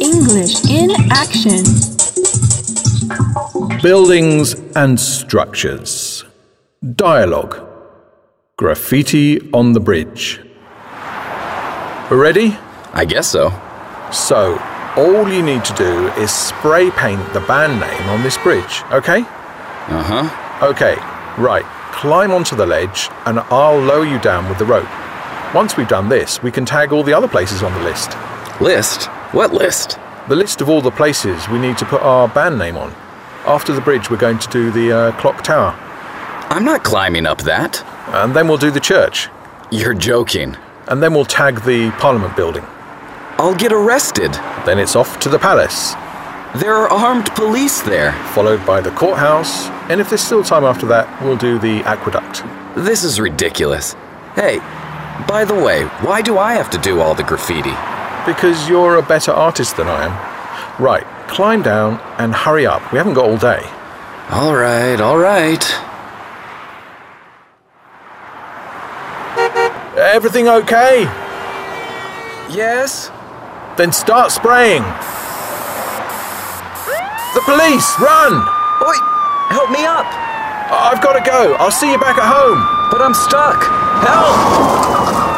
English in action. Buildings and structures. Dialogue. Graffiti on the bridge. Ready? I guess so. So, all you need to do is spray paint the band name on this bridge, okay? Uh huh. Okay, right. Climb onto the ledge and I'll lower you down with the rope. Once we've done this, we can tag all the other places on the list. List? What list? The list of all the places we need to put our band name on. After the bridge, we're going to do the uh, clock tower. I'm not climbing up that. And then we'll do the church. You're joking. And then we'll tag the parliament building. I'll get arrested. Then it's off to the palace, There are armed police there. followed by the courthouse. And if there's still time after that, we'll do the aqueduct. This is ridiculous. Hey, by the way, why do I have to do all the graffiti? Because you're a better artist than I am. Right, climb down and hurry up. We haven't got all day. All right, all right. Everything okay? Yes? Then start spraying. The police, run! Oi, help me up! I- I've got to go. I'll see you back at home. But I'm stuck. Help!